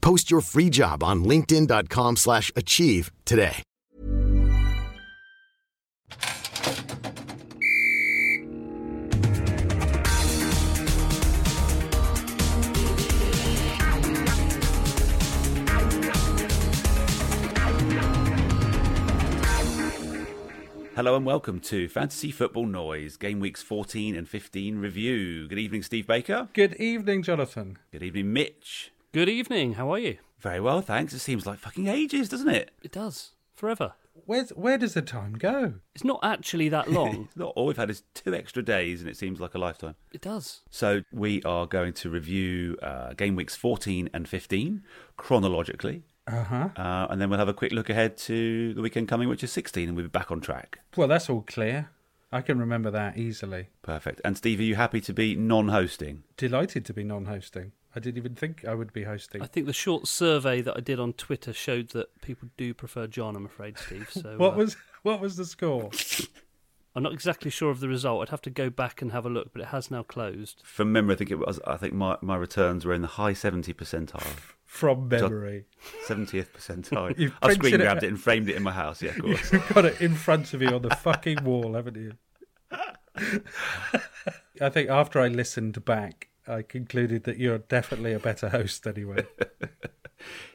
Post your free job on linkedin.com/achieve slash achieve today. Hello and welcome to Fantasy Football Noise, game weeks 14 and 15 review. Good evening, Steve Baker. Good evening, Jonathan. Good evening, Mitch. Good evening. How are you? Very well, thanks. It seems like fucking ages, doesn't it? It does forever. Where's where does the time go? It's not actually that long. It's Not all we've had is two extra days, and it seems like a lifetime. it does. So, we are going to review uh, game weeks 14 and 15 chronologically, Uh huh. uh, and then we'll have a quick look ahead to the weekend coming, which is 16, and we'll be back on track. Well, that's all clear. I can remember that easily. Perfect. And, Steve, are you happy to be non hosting? Delighted to be non-hosting. I didn't even think I would be hosting. I think the short survey that I did on Twitter showed that people do prefer John. I'm afraid, Steve. So what uh, was what was the score? I'm not exactly sure of the result. I'd have to go back and have a look, but it has now closed. From memory, I think it was. I think my, my returns were in the high 70 percentile. From memory, Seventieth percentile. You've I printed screen it grabbed out. it and framed it in my house. Yeah, of course. you've got it in front of you on the fucking wall, haven't you? I think after I listened back, I concluded that you're definitely a better host anyway.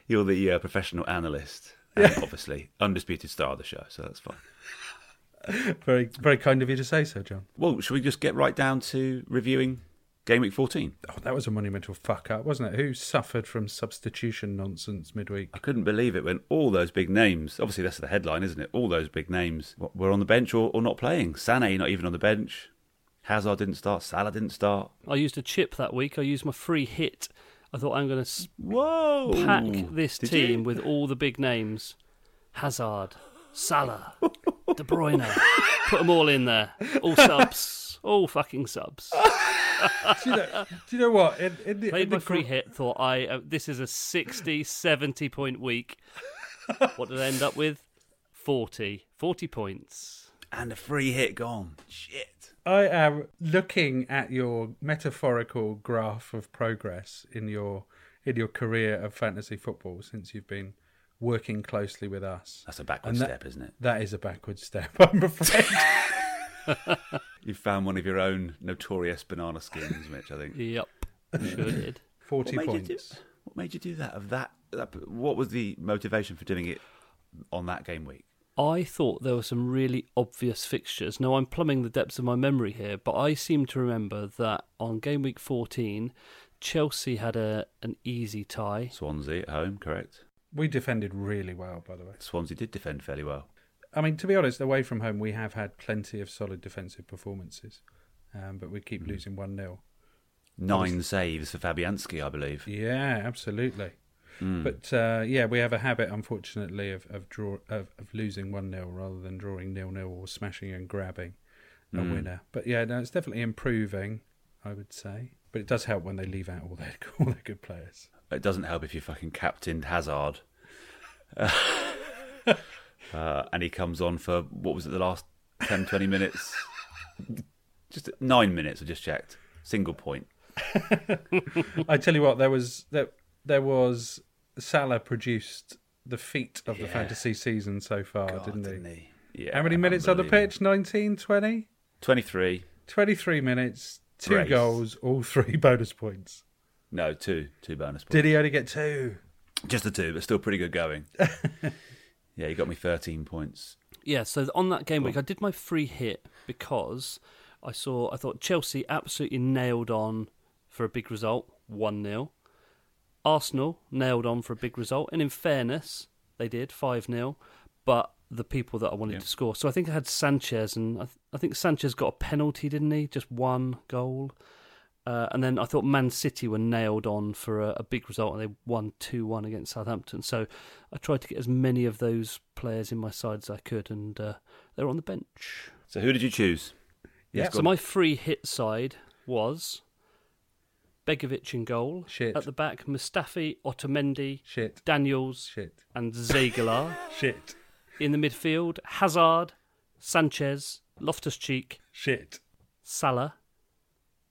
You're the uh, professional analyst, and obviously undisputed star of the show, so that's fine. very very kind of you to say so, John. Well, should we just get right down to reviewing game week fourteen? Oh, that was a monumental fuck up, wasn't it? Who suffered from substitution nonsense midweek? I couldn't believe it when all those big names. Obviously, that's the headline, isn't it? All those big names w- were on the bench or, or not playing. Sané not even on the bench. Hazard didn't start. Salah didn't start. I used a chip that week. I used my free hit. I thought I'm going to Whoa! pack this Did team you? with all the big names: Hazard, Salah, De Bruyne. Put them all in there. All subs. All fucking subs. do, you know, do you know what? In, in the, in Played the my free gr- hit, thought I uh, this is a 60, 70 point week. What did I end up with? 40. 40 points. and a free hit gone. Shit. I am looking at your metaphorical graph of progress in your in your career of fantasy football since you've been working closely with us. That's a backward And that- step, isn't it? That is a backward step, I'm afraid. You've found one of your own notorious banana skins, Mitch. I think. Yep. Sure did. Forty What made you do- points. what made you do that? Of that, that- what was the motivation for doing it on that game week? I thought there were some really obvious fixtures. Now, I'm plumbing the depths of my memory here, but I seem to remember that on game week 14, Chelsea had a an easy tie. Swansea at home, correct? We defended really well, by the way. Swansea did defend fairly well. I mean, to be honest, away from home, we have had plenty of solid defensive performances, um, but we Mm-hmm. keep losing one 0 Nine saves for Fabianski, I believe. Yeah, absolutely. Hmm. But uh, yeah, we have a habit, unfortunately, of of draw of, of losing one 0 rather than drawing nil nil or smashing and grabbing a Hmm. winner. But yeah, no, it's definitely improving, I would say. But it does help when they leave out all their all their good players. It doesn't help if you fucking captained Hazard, uh, and he comes on for what was it the last 10, 20 minutes? Just nine minutes. I just checked. Single point. I tell you what, there was there there was Salah produced the feat of the fantasy season so far, God, Oh, didn't, he? Yeah. How many minutes on the unbelievable. pitch? 19, 20? Twenty-three. 23 minutes, two Brace. goals, all three bonus points. No, two, two bonus points. Did he only get two? Just the two, but still pretty good going. Yeah, you got me 13 points. Yeah, so on that game week, I did my free hit because I saw, I thought Chelsea absolutely nailed on for a big result, 1 0. Arsenal nailed on for a big result, and in fairness, they did, 5 0. But the people that I wanted to score. So I think I had Sanchez, and I, th- I think Sanchez got a penalty, didn't he? Just one goal. Uh, and then I thought Man City were nailed on for a, a big result and they won 2 1 against Southampton. So I tried to get as many of those players in my side as I could, and uh, they were on the bench. So who did you choose? Yeah. Yes, So go my free hit side was Begovic in goal. Shit. At the back, Mustafi, Otamendi, Shit. Daniels, Shit. and Zagelar. Shit. in the midfield, Hazard, Sanchez, Loftus Cheek, Shit. Salah,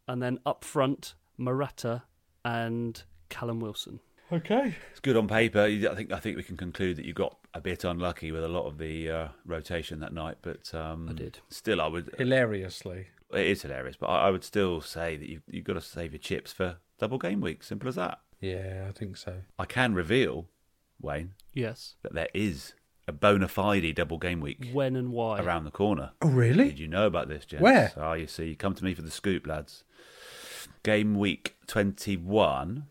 and then up front, Morata and Callum Wilson. Okay. It's good on paper. You- I think I think we can conclude that you got a bit unlucky with a lot of the uh, rotation that night, but um, I did. Still, I would. Hilariously. It is hilarious, but I, I would still say that you you've got to save your chips for double game week. Simple as that. Yeah, I think so. I can reveal, Wayne, Yes. that there is a bona fide double game week When and why? around the corner. Oh, Did you know about this, gents? Where? Ah, you see, you come to me for the scoop, lads. Game week 21,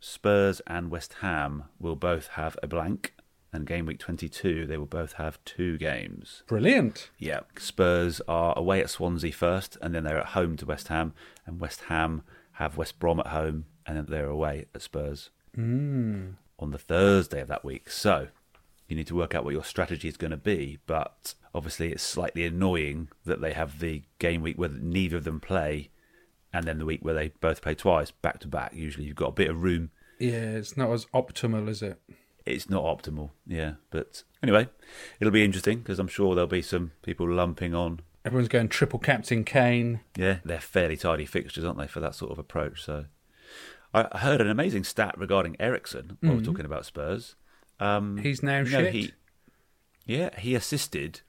Spurs and West Ham will both have a blank, and game week 22, they will both have two games. Brilliant. Yeah, Spurs are away at Swansea first, and then they're at home to West Ham, and West Ham have West Brom at home, and then they're away at Spurs Mm. on the Thursday of that week. So you need to work out what your strategy is going to be. But obviously, it's slightly annoying that they have the game week where neither of them play, and then the week where they both play twice back to back. Usually, you've got a bit of room. Yeah, it's not as optimal, is it? It's not optimal, yeah. But anyway, it'll be interesting because I'm sure there'll be some people lumping on. Everyone's going triple Captain Kane. Yeah, they're fairly tidy fixtures, aren't they, for that sort of approach? So I I heard an amazing stat regarding Ericsson while we're talking about Spurs. Um, He's now you know, Mm-hmm. Oh, shit. He, yeah, he assisted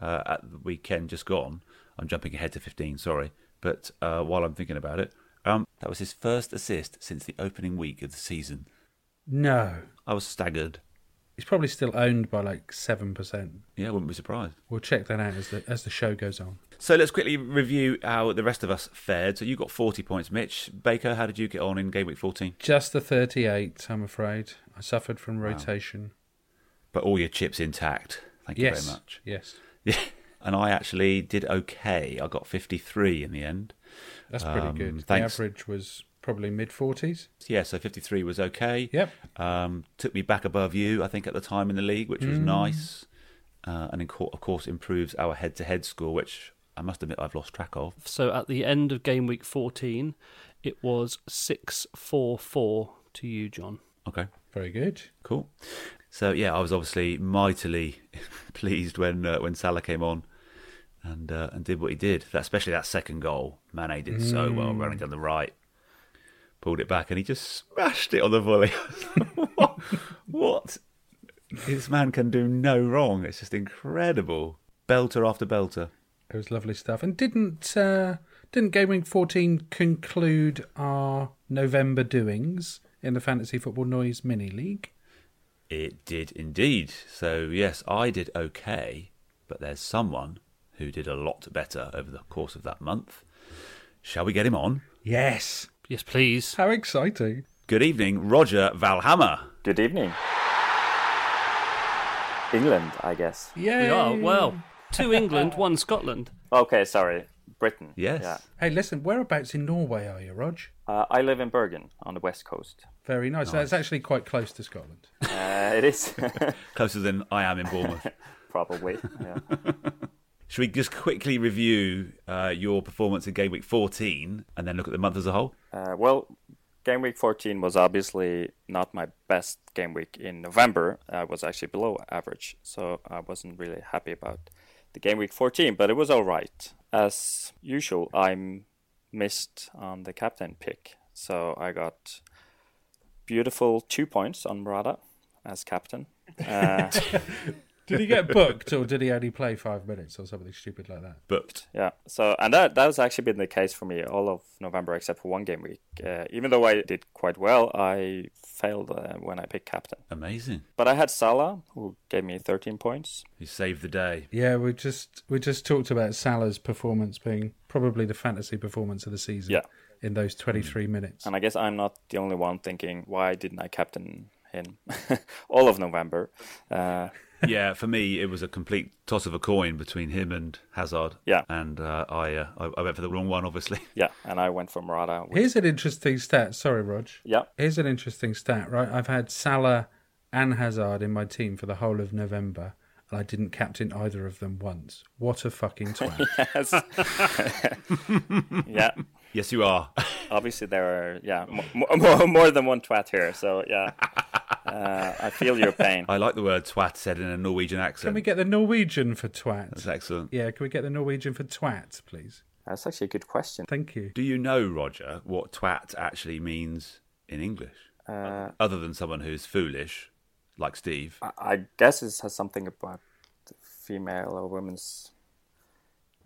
uh, at the weekend just gone. I'm jumping ahead to 15, sorry. But uh, while I'm thinking about it, um, that was his first assist since the opening week of the season. No. I was staggered. He's probably still owned by like 7%. Yeah, I wouldn't be surprised. We'll check that out as the, as the show goes on. So let's quickly review how the rest of us fared. So you got 40 points, Mitch. Baker, how did you get on in game week 14? Just the 38, I'm afraid. I suffered from rotation. But all your chips intact. Thank yes. you very much. Yes. Yeah. And I actually did okay. I got 53 in the end. That's pretty Um, good. thanks. The average was probably mid 40s. Yeah, so 53 was okay. Yep. Um, took me back above you, I think, at the time in the league, which was nice. Uh, and in co- of course, improves our head to head score, which I must admit I've lost track of. So at the end of game week 14, it was 6 4 4 to you, John. Okay, Very good. cool. So, yeah, I was obviously mightily pleased when uh, when Salah came on and uh, and did what he did, that, especially that second goal. Mane did so well running down the right, pulled it back, and he just smashed it on the volley. what? what? This man can do no wrong. It's just incredible. Belter after belter. It was lovely stuff. And didn't uh, didn't Game Week 14 conclude our November doings in the Fantasy Football Noise Mini League? It did indeed. So, yes, I did okay, but there's someone who did a lot better over the course of that month. Shall we get him on? Yes. Yes, please. How exciting. Good evening, Roger Valhammer. Good evening. England, I guess. Yeah. We are, well, two England, one Scotland. Okay, sorry. Britain. Yes. Yeah. Hey, listen, whereabouts in Norway are you, Rog? Uh, I live in Bergen on the west coast. Very nice. That's actually quite close to Scotland. Uh, it is Closer than I am in Bournemouth. probably. Yeah. Should we just quickly review uh, your performance in game week 14 and then look at the month as a whole? Uh, well, game week 14 was obviously not my best game week in November. I was actually below average, so I wasn't really happy about the game week 14, but it was all right. As usual, I missed on the captain pick, so I got beautiful two points on Murata as captain. Uh, Did he get booked or did he only play five minutes or something stupid like that? Booked. Yeah. So, and that that's actually been the case for me all of November except for one game week. Uh, even though I did quite well, I failed uh, when I picked captain. Amazing. But I had Salah, who gave me 13 points. He saved the day. Yeah, we just we just talked about Salah's performance being probably the fantasy performance of the season. Yeah. In those twenty three minutes. And I guess I'm not the only one thinking, why didn't I captain him all of November? Uh, yeah, for me, it was a complete toss of a coin between him and Hazard. Yeah. and uh, I, uh, I I went for the wrong one, obviously. yeah. And I went for Morata. which- Here's an interesting stat. Sorry, Rog. yeah. Here's an interesting stat, right? I've had Salah and Hazard in my team for the whole of November, and I didn't captain either of them once. What a fucking twat! Yes. yeah. Yes, you are. Obviously, there are, yeah, more, more, more than one twat here. So, yeah. Uh, I feel your pain. I like the word "twat" said in a Norwegian accent. Can we get the Norwegian for twat? That's excellent. Yeah, can we get the Norwegian for twat, please? That's actually a good question. Thank you. Do you know, Roger, what "twat" actually means in English, Uh, other than someone who's foolish, like Steve? I- I guess it has something about the female or women's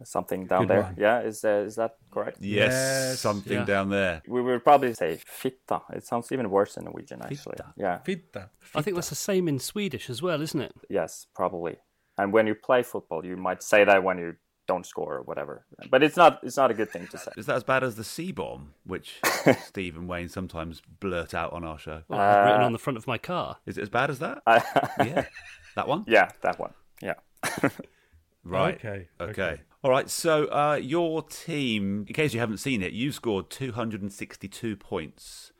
something down Good there. one. Yeah, is uh, is that correct? Yes, Yes, something yeah. down there. We would probably say fitta. It sounds even worse in Norwegian, actually. Fitta. Yeah. Fitta. I think that's the same in Swedish as well, isn't it? Yes, probably. And when you play football, you might say that when you don't score or whatever. But it's not it's not a good thing to say. Is that as bad as the C bomb, which Steve and Wayne sometimes blurt out on our show? Well, I've written on the front of my car. Is it as bad as that? I- yeah, that one. yeah, that one. Yeah. Right. Okay, Okay. okay. All right. So uh, your team, in case you haven't seen it, you've scored 262 points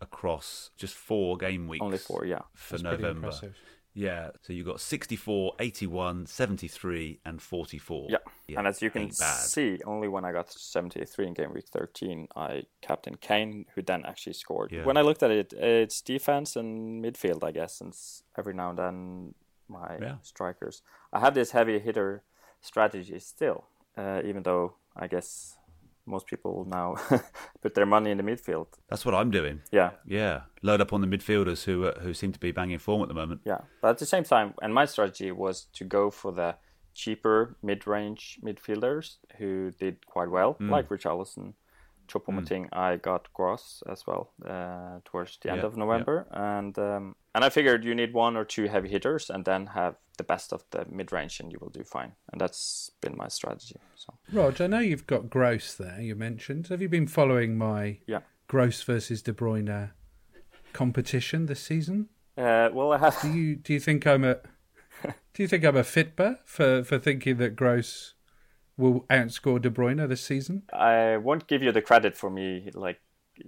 across just four game weeks. Only four, yeah. For That's pretty November. impressive. Yeah. So you got 64, 81, 73, and 44. Yeah. and as you can ain't bad. see, only when I got 73 in game week 13, I captain Kane, who then actually scored. Yeah. When I looked at it, it's defense and midfield, I guess, since every now and then my Yeah. strikers. I have this heavy hitter strategy still, uh, even though I guess most people now put their money in the midfield. That's what I'm doing. Yeah. Yeah. Load up on the midfielders who uh, who seem to be banging form at the moment. Yeah, but at the same time, and my strategy was to go for the cheaper mid-range midfielders who did quite well, Mm. like Richarlison, Choupo-Moting. I got Gross as well uh, towards the end Yeah, of November, and um, and I figured you need one or two heavy hitters, and then have the best of the mid-range, and you will do fine. And that's been my strategy. So Rog, I know you've got Gross there. You mentioned. Have you been following my yeah. Gross versus De Bruyne competition this season? Uh, well, I have Do you do you think I'm a do you think I'm a fitber for for thinking that Gross will outscore De Bruyne this season? I won't give you the credit for me like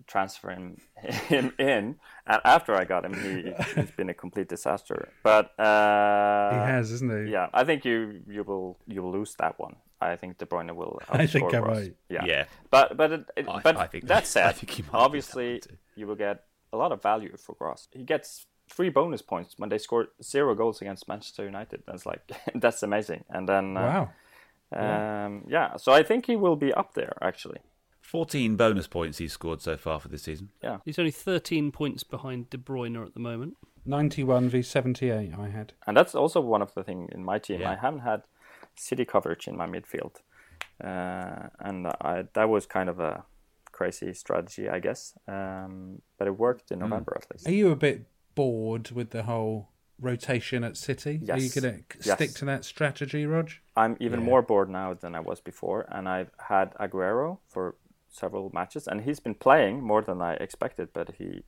transferring him in, and after I got him, he, he's been a complete disaster. But uh, he has, isn't he? Yeah, I think you you will you will lose that one. I think De Bruyne will. Outscore I think I Ross. might. Yeah. Yeah. But but it, it- I- but I think- that said, I think he might lose that one obviously too. you will get a lot of value for Gross. He gets three bonus points when they score zero goals against Manchester United. That's like that's amazing. And then uh, Wow. um, yeah, so I think he will be up there actually. 14 bonus points he's scored so far for this season. He's only 13 points behind De Bruyne at the moment. 91 v 78 I had. And that's also one of the thing in my team. Yeah. I haven't had city coverage in my midfield, uh, and I, that was kind of a crazy strategy, I guess. Um, but it worked in November at Are least. you a bit bored with the whole rotation at City? Are you Yes. going to Yes. stick to that strategy, Rog? I'm even more bored now than I was before, and I've had Aguero for several matches, and he's been playing more than I expected, but he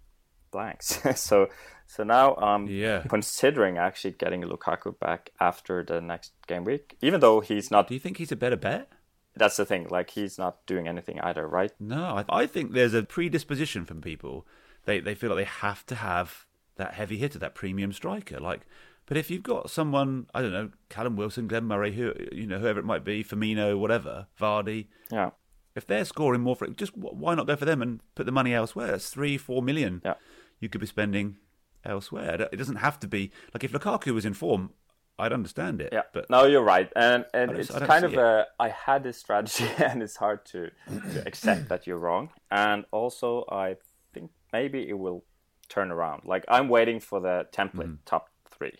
blanks. so, so now I'm Yeah. considering actually getting Lukaku back after the next game week, even though he's not. Do you think he's a better bet? That's the thing; like he's not doing anything either, right? No, I, I think there's a predisposition from people. They they feel like they have to have that heavy hitter, that premium striker. Like, but if you've got someone, I don't know, Callum Wilson, Glenn Murray, who you know, whoever it might be, Firmino, whatever, Vardy. Yeah. If they're scoring more for it, just wh- why not go for them and put the money elsewhere? That's three, four million Yeah. you could be spending elsewhere. It doesn't have to be like if Lukaku was in form, I'd understand it. Yeah, but no, you're right, and and I don't- it's I don't kind see of it. a I had this strategy, and it's hard to accept that you're wrong. And also, I think maybe it will turn around. Like I'm waiting for the template top three,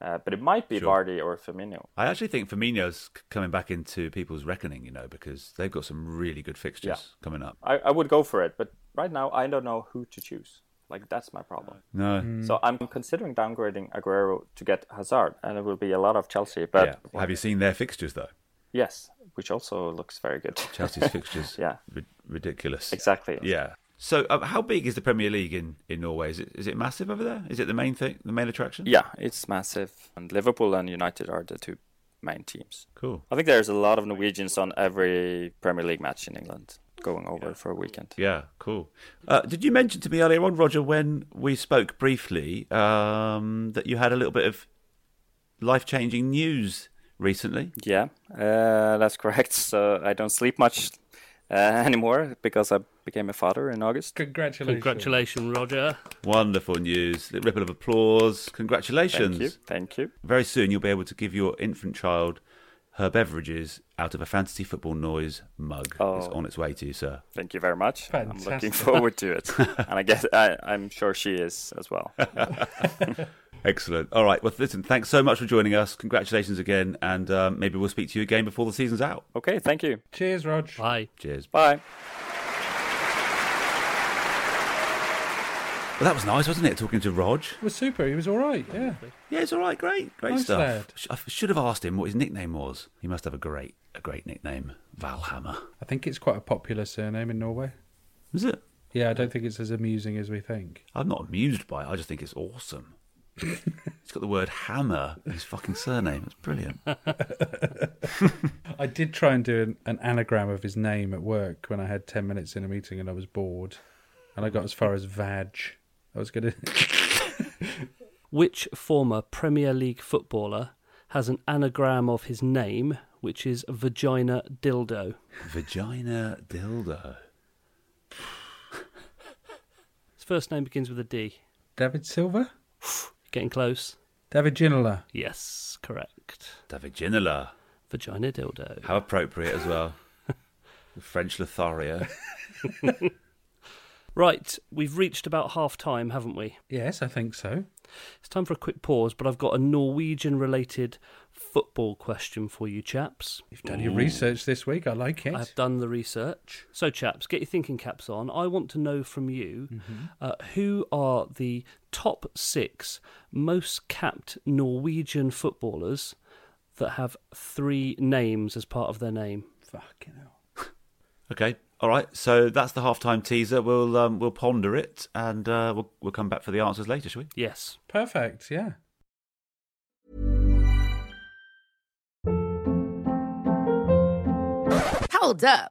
Uh, but it might be Mm-hmm. Sure. Vardy or Firmino. I actually think Firmino's c- coming back into people's reckoning, you know, because they've got some really good fixtures Yeah. coming up. I, I would go for it, but right now I don't know who to choose. Like that's my problem. No, So I'm considering downgrading Aguero to get Hazard, and it will be a lot of Chelsea. But yeah. Have you seen their fixtures though? yes, which also looks very good. Chelsea's fixtures, Yeah. ri- ridiculous. exactly. Yeah. So, uh, how big is the Premier League in, in Norway? Is it is it massive over there? Is it the main thing, the main attraction? Yeah, it's massive. And Liverpool and United are the two main teams. Cool. I think there's a lot of Norwegians on every Premier League match in England going over for a weekend. Yeah, cool. Uh, did you mention to me earlier on, Roger, when we spoke briefly, um, that you had a little bit of life changing news recently? Yeah, uh, that's correct. So I don't sleep much uh, anymore because I became a father in August. Congratulations. Congratulations, Roger. Wonderful news. A ripple of applause. Congratulations. Thank you. Thank you. Very soon you'll be able to give your infant child her beverages out of a fantasy football noise mug. It's Oh. on its way to you, sir. Thank you very much. I'm looking Fantastic. forward to it. and I guess I, I'm sure she is as well. Excellent. All right. Well, listen, thanks so much for joining us. Congratulations again. And um, maybe we'll speak to you again before the season's out. Okay, thank you. Cheers, Rog. Bye. Cheers. Bye. Well, that was nice, wasn't it? Talking to Rog. It was super. He was all right. Yeah. Yeah, it's all right. Great, great Nice stuff. lad. Sh I should have asked him what his nickname was. He must have a great, a great nickname, Valhammer. I think it's quite a popular surname in Norway. Is it? Yeah, I don't think it's as amusing as we think. I'm not amused by it. I just think it's awesome. it's got the word hammer in his fucking surname. It's brilliant. I did try and do an, an anagram of his name at work when I had 10 minutes in a meeting and I was bored. And I got as far as Vag. I was going to. Which former Premier League footballer has an anagram of his name, which is Vagina Dildo? Vagina dildo. His first name begins with a D. David Silver? Getting close. David Ginola. Yes, correct. Daviginola. Vagina Dildo. How appropriate as well. The French Lothario. Right, we've reached about half time, haven't we? Yes, I think so. It's time for a quick pause, but I've got a Norwegian related football question for you, chaps. You've done your research this week. I like it. I've done the research. So, chaps, get your thinking caps on. I want to know from you Mm-hmm. uh, who are the top six most capped Norwegian footballers that have three names as part of their name. Fucking hell. Okay. All right. So that's the halftime teaser. We'll um, we'll ponder it and uh, we'll we'll come back for the answers later, shall we? Yes. Perfect, yeah. Hold up.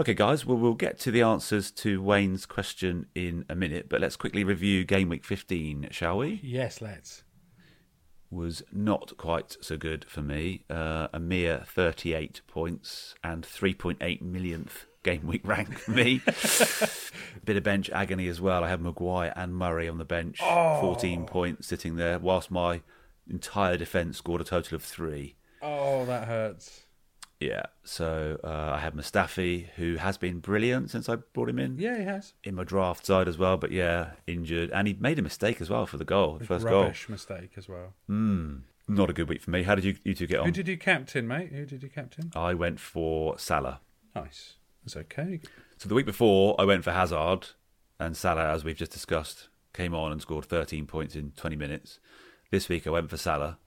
Okay, guys, well, we'll get to the answers to Wayne's question in a minute, but let's quickly review game week 15, shall we? Yes, let's. Was not quite so good for me. Uh, a mere 38 points and 3.8 millionth game week rank for me. Bit of bench Oh. agony as well. I had Maguire and Murray on the bench, 14 points sitting there, whilst my entire defence scored a total of three. Oh, that hurts. Yeah, so uh, I had Mustafi, who has been brilliant since I brought him in Yeah, he has. in my draft side as well. But yeah, injured, and he made a mistake as well for the goal, the first Rubbish mistake as well. goal. Mm, not a good week for me. How did you you two get Who on? did you captain, mate? Who did you captain? I went for Salah. Nice. That's okay. So the week before, I went for Hazard, and Salah, as we've just discussed, came on and scored 13 points in 20 minutes. This week, I went for Salah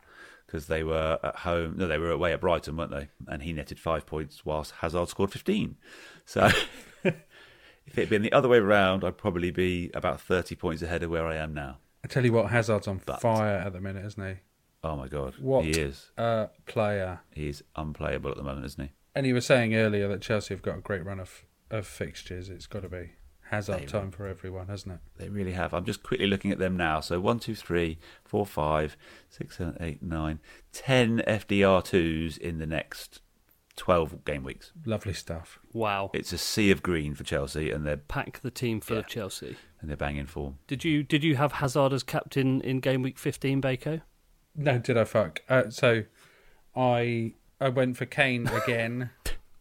because they were at home. No, they were away at Brighton, weren't they? And he netted five points, whilst Hazard scored 15. So if it had been the other way around, I'd probably be about 30 points ahead of where I am now. I tell you what, Hazard's on But- fire at the minute, isn't he? Oh my God, What he is. a player. He's unplayable at the moment, isn't he? And you were saying earlier that Chelsea have got a great run of, of fixtures. It's got to be Hazard They- time for everyone, hasn't it? They really have. I'm just quickly looking at them now. So one, two, three, four, five, six, seven, eight, nine, ten FDR twos in the next twelve game weeks. Lovely stuff. Wow. It's a sea of green for Chelsea, and they're Pack the team full of Yeah. Chelsea. and they're banging form. Did you did you have Hazard as captain in game week 15, Baco? No, did I fuck? Uh, so I I went for Kane again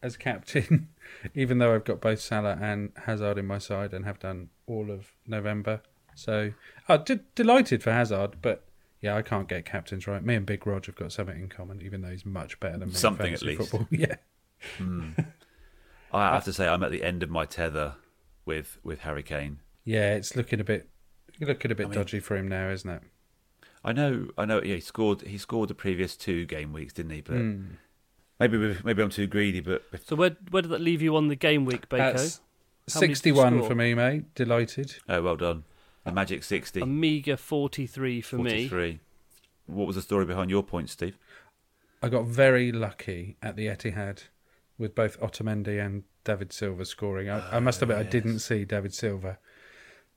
as captain, even though I've got both Salah and Hazard in my side and have done all of November. So I did delighted for Hazard, but yeah, I can't get captains right. Me and Big Rog have got something in common, even though he's much better than me. at Something at fantasy least. Football. Yeah. I have to say, I'm at the end of my tether with with Harry Kane. Yeah, it's looking a bit looking a bit I mean- dodgy for him now, isn't it? I know, I know. Yeah, he scored. He scored the previous two game weeks, didn't he? But Hmm. maybe we- maybe I'm too greedy. But So where where did that leave you on the game week, Baco? That's How many did you sixty-one score? for me, mate. Delighted. oh, well done. A magic sixty. A meager 43 Um, for me. 43. What was the story behind your point, Steve? I got very lucky at the Etihad with both Otamendi and David Silva scoring. I, I must Ah, admit, I didn't see David Silva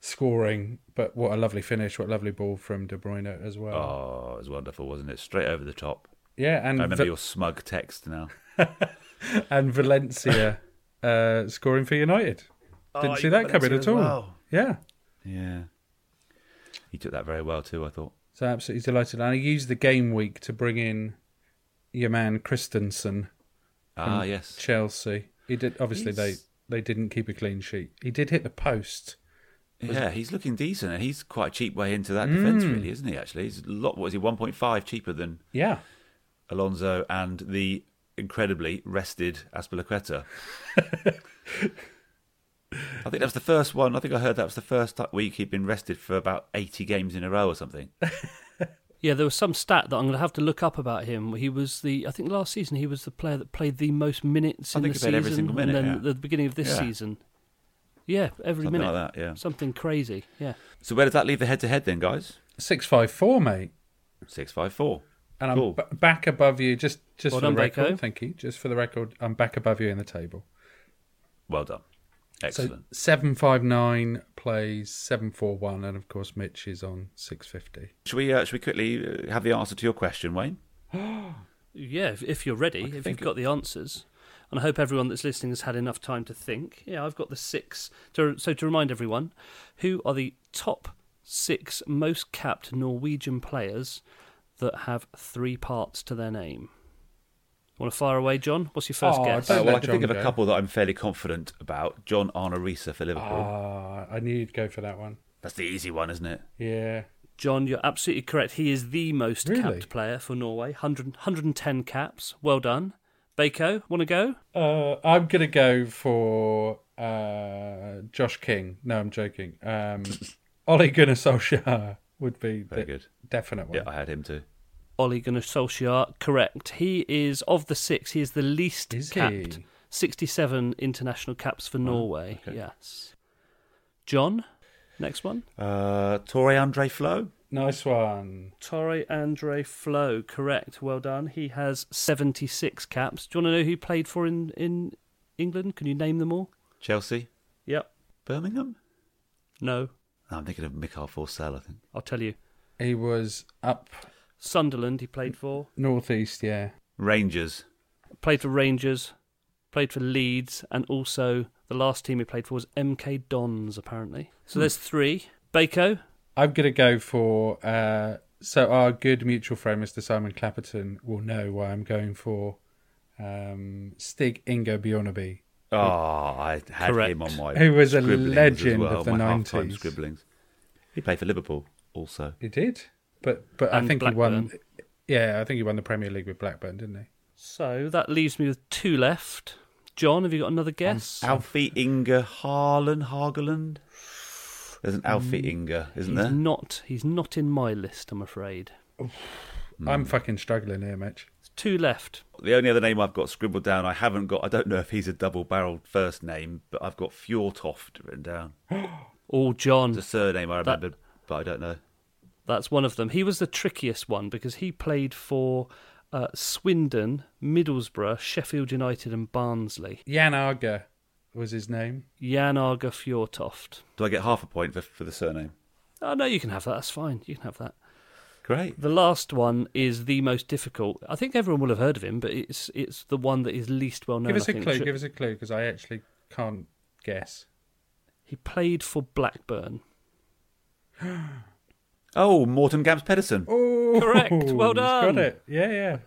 scoring, but what a lovely finish! What a lovely ball from De Bruyne as well. Oh, it was wonderful, wasn't it? Straight over the top. yeah, I and remember Va- your smug text now. and Valencia uh, scoring for United. Ah, Didn't see that coming at all. Yeah, Yeah. You took that very well too, I thought. so absolutely delighted. And I used the game week to bring in your man Christensen, Ah, yes. Chelsea. He did obviously they they didn't keep a clean sheet. He did hit the post. Yeah, he's looking decent, and he's quite a cheap way into that defence, really, isn't he? Actually, he's a lot. What is he? One point five cheaper than Yeah. Alonso and the incredibly rested Aspilaqueta. I think that was the first one. I think I heard that was the first week he'd been rested for about eighty games in a row or something. Yeah, there was some stat that I'm going to have to look up about him. He was the, I think last season he was the player that played the most minutes I in think the he played season, every single minute, and then yeah. at the beginning of this Yeah. season, yeah, every Something minute, like that, yeah. something crazy, yeah. So where does that leave the head to head then, guys? Six five four, mate. Six five four. And I'm Cool. b- back above you. Just just Well for done, the record, Baco. thank you. Just for the record, I'm back above you in the table. Well done. Excellent. So seven five nine plays seven four one, and of course Mitch is on six fifty. should we uh, should we quickly uh, have the answer to your question, Wayne? Yeah, if, if you're ready, if you've think got the answers, and I hope everyone that's listening has had enough time to think. Yeah, I've got the six. To, so to remind everyone, who are the top six most capped Norwegian players that have three parts to their name? Want to fire away, John? What's your first Oh, guess? don't Uh, well, let I can think John of a go. couple that I'm fairly confident about. John Arnorisa for Liverpool. Ah, I knew you'd go for that one. That's the easy one, isn't it? Yeah, John, you're absolutely correct. He is the most Really? capped player for Norway. 100, 110 caps. Well done. Bako, want to go? uh, I'm gonna go for uh, Josh King. No, I'm joking. Um, Ole Gunnar Solskjaer would be Very the good. definite one. Yeah, I had him too. Ole Gunnar Solskjaer, correct. He is, of the six, he is the least Is he? capped. 67 international caps for Norway. Yes. John, next one. Uh, Torre Andre Flo. Nice one. Torre Andre Flo, correct. Well done. He has 76 caps. Do you want to know who he played for in, in England? Can you name them all? Chelsea. Yep. Birmingham. No. I'm thinking of Mikhail Forsell, I think. I'll tell you. He was up Sunderland, he played for. northeast. Yeah. Rangers. Played for Rangers, played for Leeds, and also the last team he played for was MK Dons, apparently. So there's three. Baco, I'm gonna go for uh, So our good mutual friend, Mr. Simon Clapperton, will know why I'm going for um, Stig Ingo Bjornaby. Oh, I had Correct. him on my. He was a scribblings legend as well, of the my half-time 90s. Scribblings. He played for Liverpool also. He did, but but I And think he won. Blackburn. Yeah, I think he won the Premier League with Blackburn, didn't he? So that leaves me with two left. John, have you got another guess? Alfie Inga Harlan Hargeland. There's an Alfie Mm. Inga, isn't he's there? not. He's not in my list. I'm afraid. I'm Hmm. fucking struggling here, Mitch. It's two left. The only other name I've got scribbled down, I haven't got. I don't know if he's a double-barreled first name, but I've got Fjortoft written down. All Oh, John. Mm. It's a surname I That- remember, but I don't know. That's one of them. He was the trickiest one because he played for uh, Swindon, Middlesbrough, Sheffield United, and Barnsley. Jan Arger was his name. Jan Arger Fjortoft. Do I get half a point for, for the surname? Oh, no, you can have that. That's fine. You can have that. Great. The last one is the most difficult. I think everyone will have heard of him, but it's it's the one that is least Oh, well known. give us I a think. clue. Should- Give us a clue because I actually can't guess. He played for Blackburn. Oh, Morton Gamps Pedersen. Oh, Correct. Well he's done. Got it. Yeah, yeah.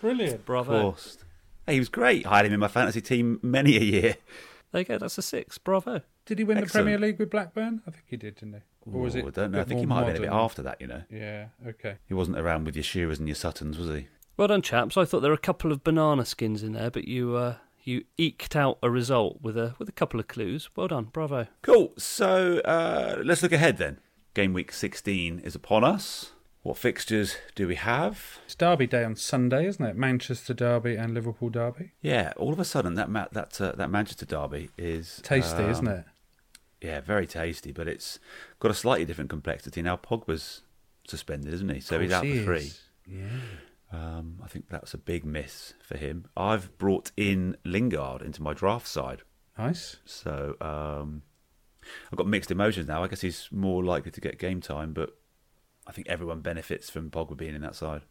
Brilliant. of Bravo. course. Hey, he was great. I had him in my fantasy team many a year. There you go. That's a six. Bravo. Did he win Excellent. the Premier League with Blackburn? I think he did, didn't he? Or was Ooh, it? I don't know. bit I think he more might have been a bit modern? after that, you know. Yeah. Okay. He wasn't around with your Shearers and your Suttons, was he? Well done, chaps. I thought there were a couple of banana skins in there, but you uh, you eked out a result with a with a couple of clues. Well done. Bravo. Cool. So uh, let's look ahead then. Game week 16 is upon us. What fixtures do we have? It's Derby Day on Sunday, isn't it? Manchester Derby and Liverpool Derby. Yeah, all of a sudden that ma- that uh, that Manchester derby is Tasty, um, isn't it? Yeah, very tasty, but it's got a slightly different complexity. Now Pogba's suspended, isn't he? So he's out Course he for three. is. Yeah. Um, I think that's a big miss for him. I've brought in Lingard into my draft side, Nice. so um, I've got mixed emotions now. I guess he's more likely to get game time, but I think everyone benefits from Pogba being in that side.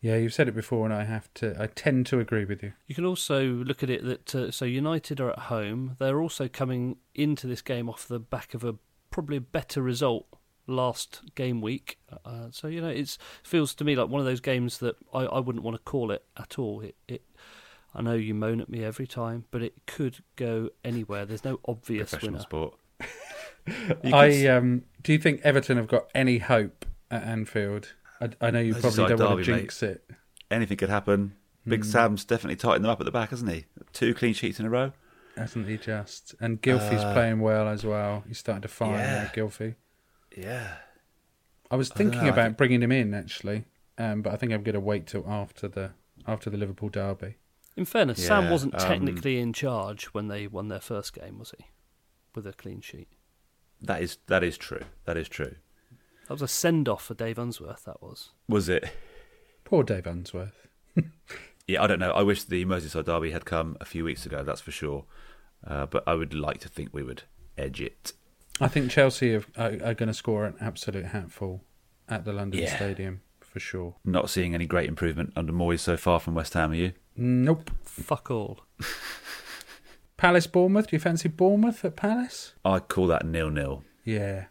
Yeah, you've said it before, and I have to. I tend to agree with you. You can also look at it that uh, so United are at home. They're also coming into this game off the back of a probably a better result last game week. Uh, so you know it feels to me like one of those games that I, I wouldn't want to call it at all. It, it I know you moan at me every time, but it could go anywhere. There's no obvious Professional winner. sport. I um, do you think Everton have got any hope at Anfield? I, I know you This is probably our don't want to derby, mate. jinx it. Anything could happen. Big Hmm. Sam's definitely tightened them up at the back, hasn't he? Two clean sheets in a row. Hasn't he just? And Gilfie's playing well as well. He's starting to fire Uh, yeah. now, Gilfie. Yeah. I was I dunno, thinking I about think- bringing him in actually, um, but I think I'm going to wait till after the after the Liverpool derby. In fairness, Sam Yeah, wasn't um, technically in charge when they won their first game, was he? With a clean sheet. That is that is true. That is true. That was a send off for Dave Unsworth. That was. Was it? Poor Dave Unsworth. Yeah, I don't know. I wish the Merseyside derby had come a few weeks ago. That's for sure. Uh, but I would like to think we would edge it. I think Chelsea have, are, are going to score an absolute hatful at the London Yeah. Stadium for sure. Not seeing any great improvement under Moyes so far from West Ham, are you? Nope. Fuck all. Palace Bournemouth. Do you fancy Bournemouth at Palace? I call that nil nil Yeah.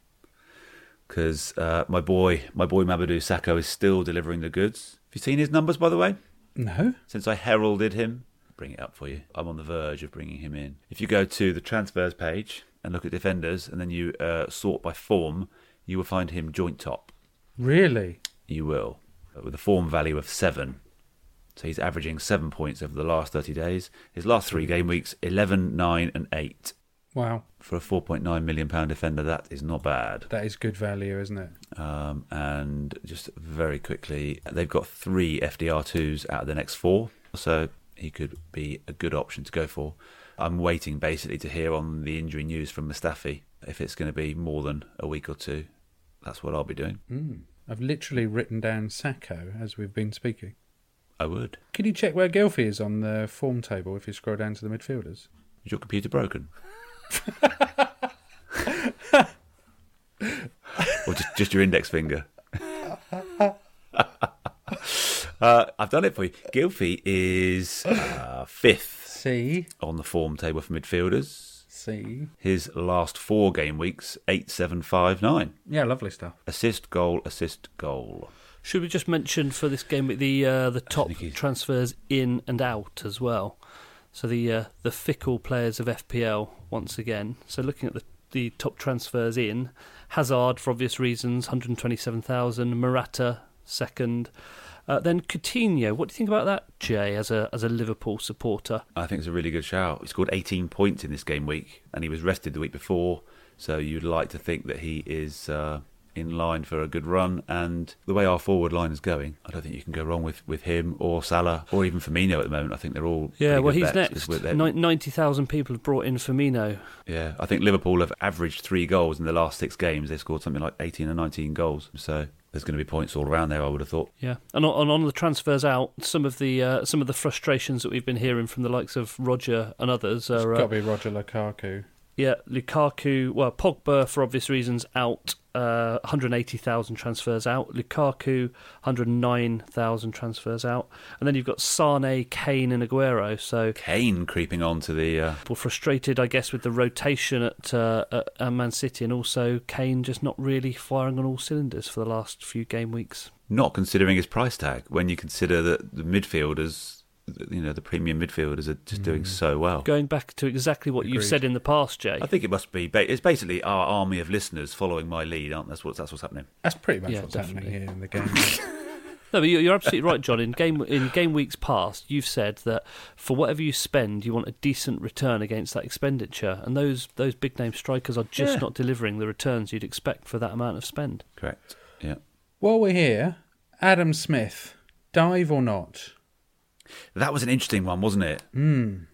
because uh, my boy, my boy Mamadou Sakho is still delivering the goods. Have you seen his numbers, by the way? No. Since I heralded him, bring it up for you. I'm on the verge of bringing him in. If you go to the transfers page and look at defenders, and then you uh, sort by form, you will find him joint top. Really? You will. But With a form value of seven. So he's averaging seven points over the last 30 days. His last three game weeks, 11, 9, and 8. Wow. For a £4.9 million pound defender, that is not bad. That is good value, isn't it? Um, and just very quickly, they've got three FDR2s out of the next four. So he could be a good option to go for. I'm waiting basically to hear on the injury news from Mustafi if it's going to be more than a week or two. That's what I'll be doing. Mm. I've literally written down Sacco as we've been speaking. I would. Can you check where Gilfie is on the form table if you scroll down to the midfielders? Is your computer broken? or just, just your index finger? uh, I've done it for you. Gilfie is uh, fifth See? on the form table for midfielders. see. His last four game weeks, eight, seven, five, nine. Yeah, lovely stuff. Assist, goal, assist, goal. Should we just mention for this game the uh, the top think he's- transfers in and out as well? So the uh, the fickle players of FPL once again. So looking at the the top transfers in, Hazard for obvious reasons, hundred twenty seven thousand. Morata second. Uh, then Coutinho. What do you think about that, Jay? As a as a Liverpool supporter, I think it's a really good shout. He scored 18 points in this game week, and he was rested the week before. So you'd like to think that he is uh, in line for a good run. And the way our forward line is going, I don't think you can go wrong with, with him or Salah or even Firmino at the moment. I think they're all pretty yeah. Well, good he's bets 'cause next. we're- they're- Ninety thousand people have brought in Firmino. yeah, I think Liverpool have averaged three goals in the last six games. They've scored something like 18 or 19 goals. So there's going to be points all around there. I would have thought. Yeah, and on, and on the transfers out, some of the uh, some of the frustrations that we've been hearing from the likes of Roger and others It's are got to uh, be Roger Lukaku. yeah Lukaku, well Pogba for obvious reasons out, uh, 180,000 transfers out, Lukaku 109,000 transfers out, and then you've got Sane, Kane, and Aguero. So Kane creeping on to the uh, people frustrated, I guess, with the rotation at, uh, at at Man City, and also Kane just not really firing on all cylinders for the last few game weeks. not considering his price tag when you consider that the midfielders, you know, the premium midfielders are just Mm. doing so well. Going back to exactly what you've Oh. Agreed. said in the past, Jay. I think it must be. Ba- it's basically our army of listeners following my lead, aren't they? That's what's that's what's happening. That's pretty much Yeah, what's definitely. happening here in the game. No, but you- you're absolutely right, John. In game in game weeks past, you've said that for whatever you spend, you want a decent return against that expenditure, and those those big name strikers are just Yeah. not delivering the returns you'd expect for that amount of spend. Correct. Yeah. While we're here, Adam Smith, dive or not? That was an interesting one, wasn't it? Mm.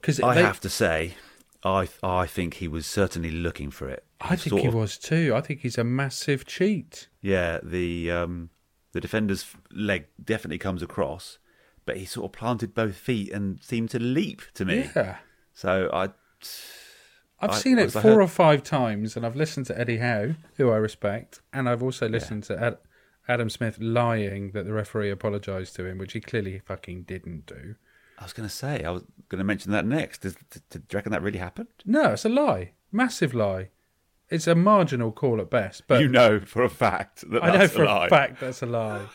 Because I have to say, I I think he was certainly looking for it. I think sort he of- was too. I think he's a massive cheat. Yeah, the um, the defender's leg definitely comes across, but he sort of planted both feet and seemed to leap to me. Yeah. So I I've I- seen it was I four heard- or five times, and I've listened to Eddie Howe, who I respect, and I've also listened to Ad- Adam Smith lying that the referee apologised to him, which he clearly fucking didn't do. I was going to say I was going to mention that next. Does, d- d- do you reckon that really happened? No, it's a lie. Massive lie. It's a marginal call at best, but you know for a fact that I know that's for a, lie. a fact that's a lie.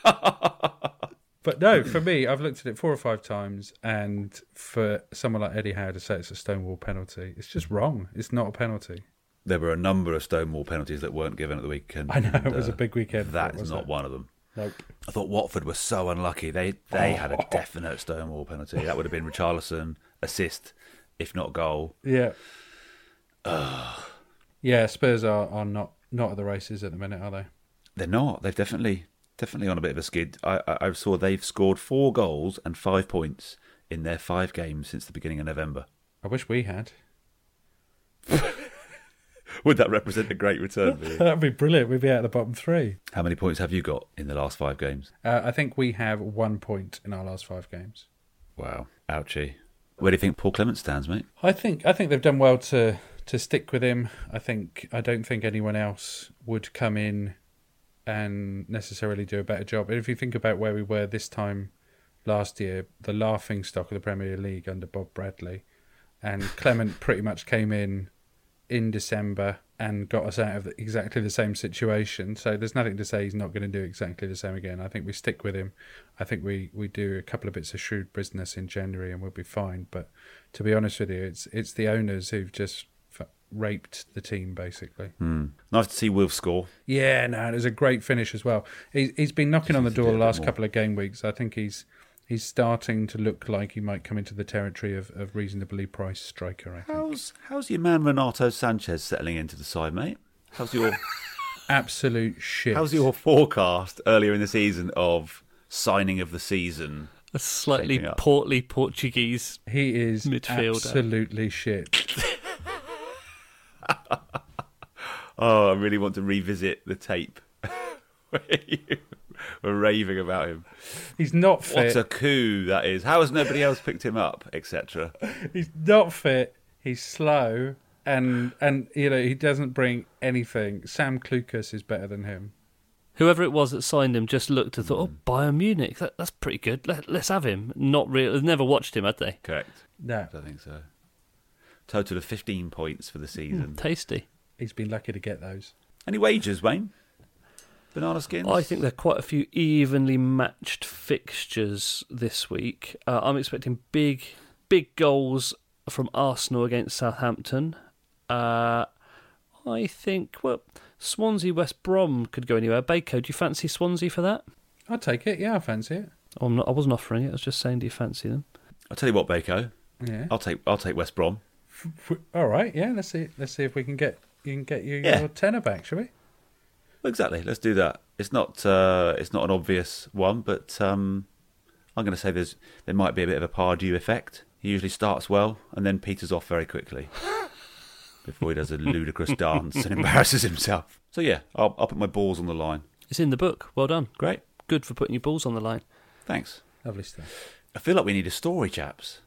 but no, for me, I've looked at it four or five times, and for someone like Eddie Howe to say it's a stonewall penalty, it's just wrong. It's not a penalty. There were a number of Stonewall penalties that weren't given at the weekend. I know, and, it was uh, a big weekend for it, That is wasn't not it? one of them. Nope. I thought Watford were so unlucky. They they had Oh. a definite Stonewall penalty. That would have been Richarlison assist, if not goal. Yeah. yeah, Spurs are, are not not at the races at the minute, are they? They're not. They've definitely definitely on a bit of a skid. I, I, I saw they've scored four goals and five points in their five games since the beginning of November. I wish we had. Would that represent a great return for you? That'd be brilliant. We'd be out of the bottom three. How many points have you got in the last five games? Uh, I think we have one point in our last five games. Wow. Ouchie. Where do you think Paul Clement stands, mate? I think I think they've done well to to stick with him. I think I don't think anyone else would come in and necessarily do a better job. If you think about where we were this time last year, the laughing stock of the Premier League under Bob Bradley, and Clement pretty much came in in December and got us out of exactly the same situation. So there's nothing to say he's not going to do exactly the same again. I think we stick with him. I think we, we do a couple of bits of shrewd business in January and we'll be fine. But to be honest with you, it's it's the owners who've just f- raped the team basically. Nice to see Wolves score. Yeah, no, it was a great finish as well. He, he's been knocking on the door the last couple of game weeks. I think he's he's starting to look like he might come into the territory of, of reasonably priced striker. I think. How's how's your man Renato Sanchez settling into the side, mate? How's your Absolute shit. how's your forecast earlier in the season of signing of the season? A slightly Shaping up. portly Portuguese. He is Midfielder. absolutely shit. Oh, I really want to revisit the tape. where you We're raving about him. He's not What fit. a coup that is! How has nobody else picked him up, etc.? He's not fit. He's slow, and and you know he doesn't bring anything. Sam Clucas is better than him. Whoever it was that signed him just looked and Hmm. thought, "Oh, Bayern Munich, that, that's pretty good. Let, let's have him." Not real. They've never watched him, had they? Correct. No, I think so. Total of 15 points for the season. Tasty. He's been lucky to get those. Any wagers, Wayne? Banana skins? I think there are quite a few evenly matched fixtures this week. Uh, I'm expecting big, big goals from Arsenal against Southampton. Uh, I think well, Swansea West Brom could go anywhere. Baco, do you fancy Swansea for that? I'll take it. Yeah, I fancy it. Oh, I'm not, I wasn't offering it. I was just saying, do you fancy them? I'll tell you what, Baco. Yeah. I'll take I'll take West Brom. All right. Yeah. Let's see. Let's see if we can get you can get you Yeah. your tenner back, shall we? Exactly. Let's do that. It's not uh, it's not an obvious one, but um, I'm going to say there's there might be a bit of a Pardew effect. He usually starts well and then peters off very quickly before he does a ludicrous dance and embarrasses himself. So yeah, I'll, I'll put my balls on the line. It's in the book. Well done. Great. Good for putting your balls on the line. Thanks. Lovely stuff. I feel like we need a story, chaps,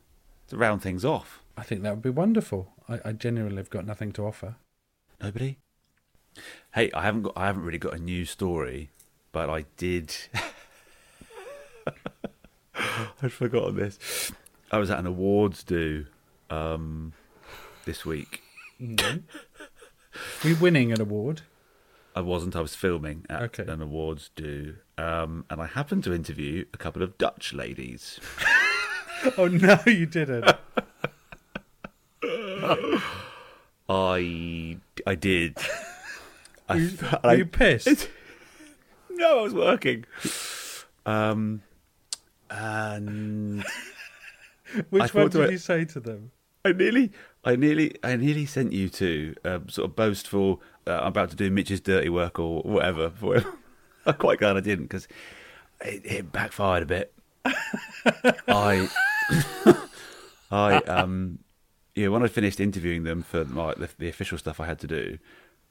to round things off. I think that would be wonderful. I, I genuinely have got nothing to offer. Nobody. Hey, I haven't got. I haven't really got a new story, but I did. I'd forgotten this. I was at an awards do um, this week. We're winning an award. I wasn't. I was filming at Okay. an awards do, um, and I happened to interview a couple of Dutch ladies. Oh no, you didn't. I I did. I, Are you pissed? No, I was working. Um, and Which thought one to did it- you say to them? I nearly, I nearly, I nearly sent you to uh, sort of boastful. Uh, I'm about to do Mitch's dirty work or whatever. For him. I'm quite glad I didn't because it, it backfired a bit. I, I, um, yeah. When I finished interviewing them for my, the, the official stuff I had to do,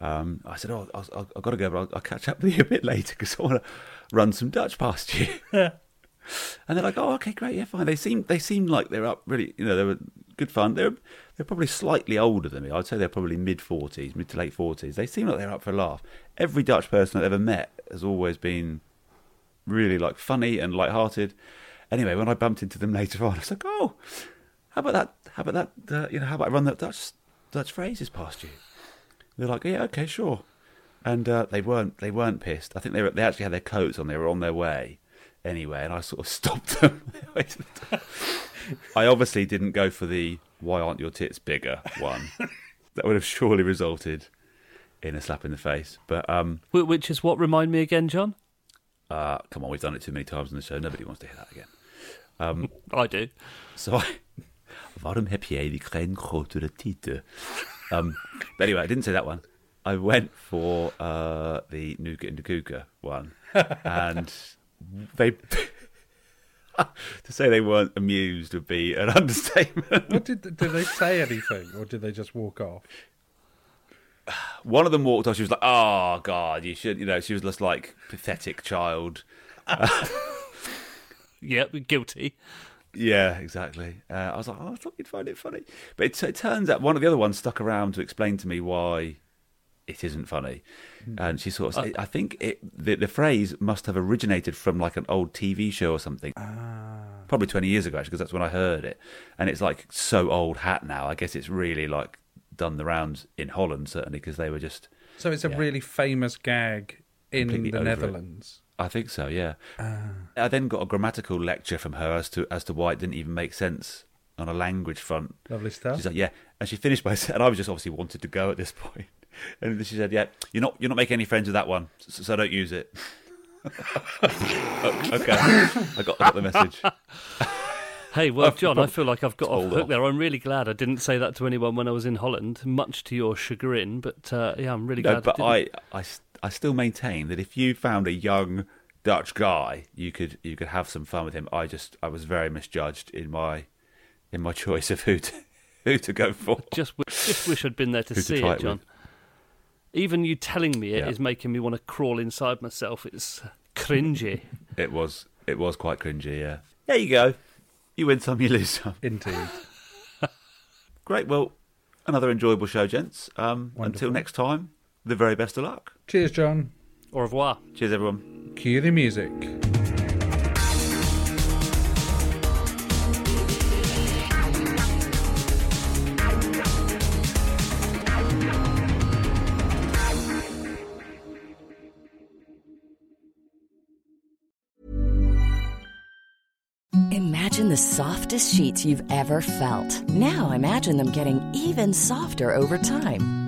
um, I said, "Oh, I've, I've got to go, but I'll, I'll catch up with you a bit later because I want to run some Dutch past you." And they're like, "Oh, okay, great, yeah, fine." They seem they seem like they're up really, you know, they were good fun. They're they're probably slightly older than me. I'd say they're probably mid forties, mid to late forties. They seem like they're up for a laugh. Every Dutch person I've ever met has always been really like funny and light-hearted. Anyway, when I bumped into them later on, I was like, "Oh, how about that? How about that? Uh, you know, how about I run that Dutch Dutch phrases past you?" They're like, "Yeah, okay, sure." And uh, they weren't they weren't pissed. I think they were, they actually had their coats on. They were on their way anyway, and I sort of stopped them. on their way to the door. I obviously didn't go for the "Why aren't your tits bigger?" one. that would have surely resulted in a slap in the face. But um, Wh- Which is what? Remind me again, John? uh, come on, we've done it too many times on the show. Nobody wants to hear that again. Oh, I do. So I, waarom heb jij die klein grotere tieten? Um, but anyway, I didn't say that one. I went for uh, the Nuka and Kuka one, and they to say they weren't amused would be an understatement. What did did they say anything, or did they just walk off? One of them walked off. She was like, "Oh God, you should," you know. She was just like pathetic child. Yep, guilty. Yeah, exactly. Uh, I was like, oh, I thought you'd find it funny, but it, it turns out one of the other ones stuck around to explain to me why it isn't funny, and she sort of, said, I think it, the, the phrase must have originated from like an old TV show or something, probably twenty years ago actually, because that's when I heard it, and it's like so old hat now. I guess it's really like done the rounds in Holland certainly because they were just, So it's a really famous gag in Completely the over it. Netherlands. I think so, yeah. I then got a grammatical lecture from her as to as to why it didn't even make sense on a language front. Lovely stuff. She's like, yeah, and she finished by saying, and I was just obviously wanted to go at this point, and she said, yeah, you're not you're not making any friends with that one, so, so don't use it. Oh, okay, I got, I got the message. Hey, well, John, I feel like I've got off Told the hook off. there. I'm really glad I didn't say that to anyone when I was in Holland, much to your chagrin. But uh, yeah, I'm really No, glad. but I, I, didn't. I, s- I still maintain that if you found a young Dutch guy, you could you could have some fun with him. I just I was very misjudged in my in my choice of who to, who to go for. just, w- just wish I'd been there to Who to see try it, it John. with. Even you telling me it is Yeah. making me want to crawl inside myself. It's cringy. It was it was quite cringy. Yeah. There you go. You win some, you lose some. Indeed. Great. Well, another enjoyable show, gents. Um, until Wonderful. next time, the very best of luck. Cheers, John. Au revoir. Cheers, everyone. Cue the music. Imagine the softest sheets you've ever felt. Now imagine them getting even softer over time.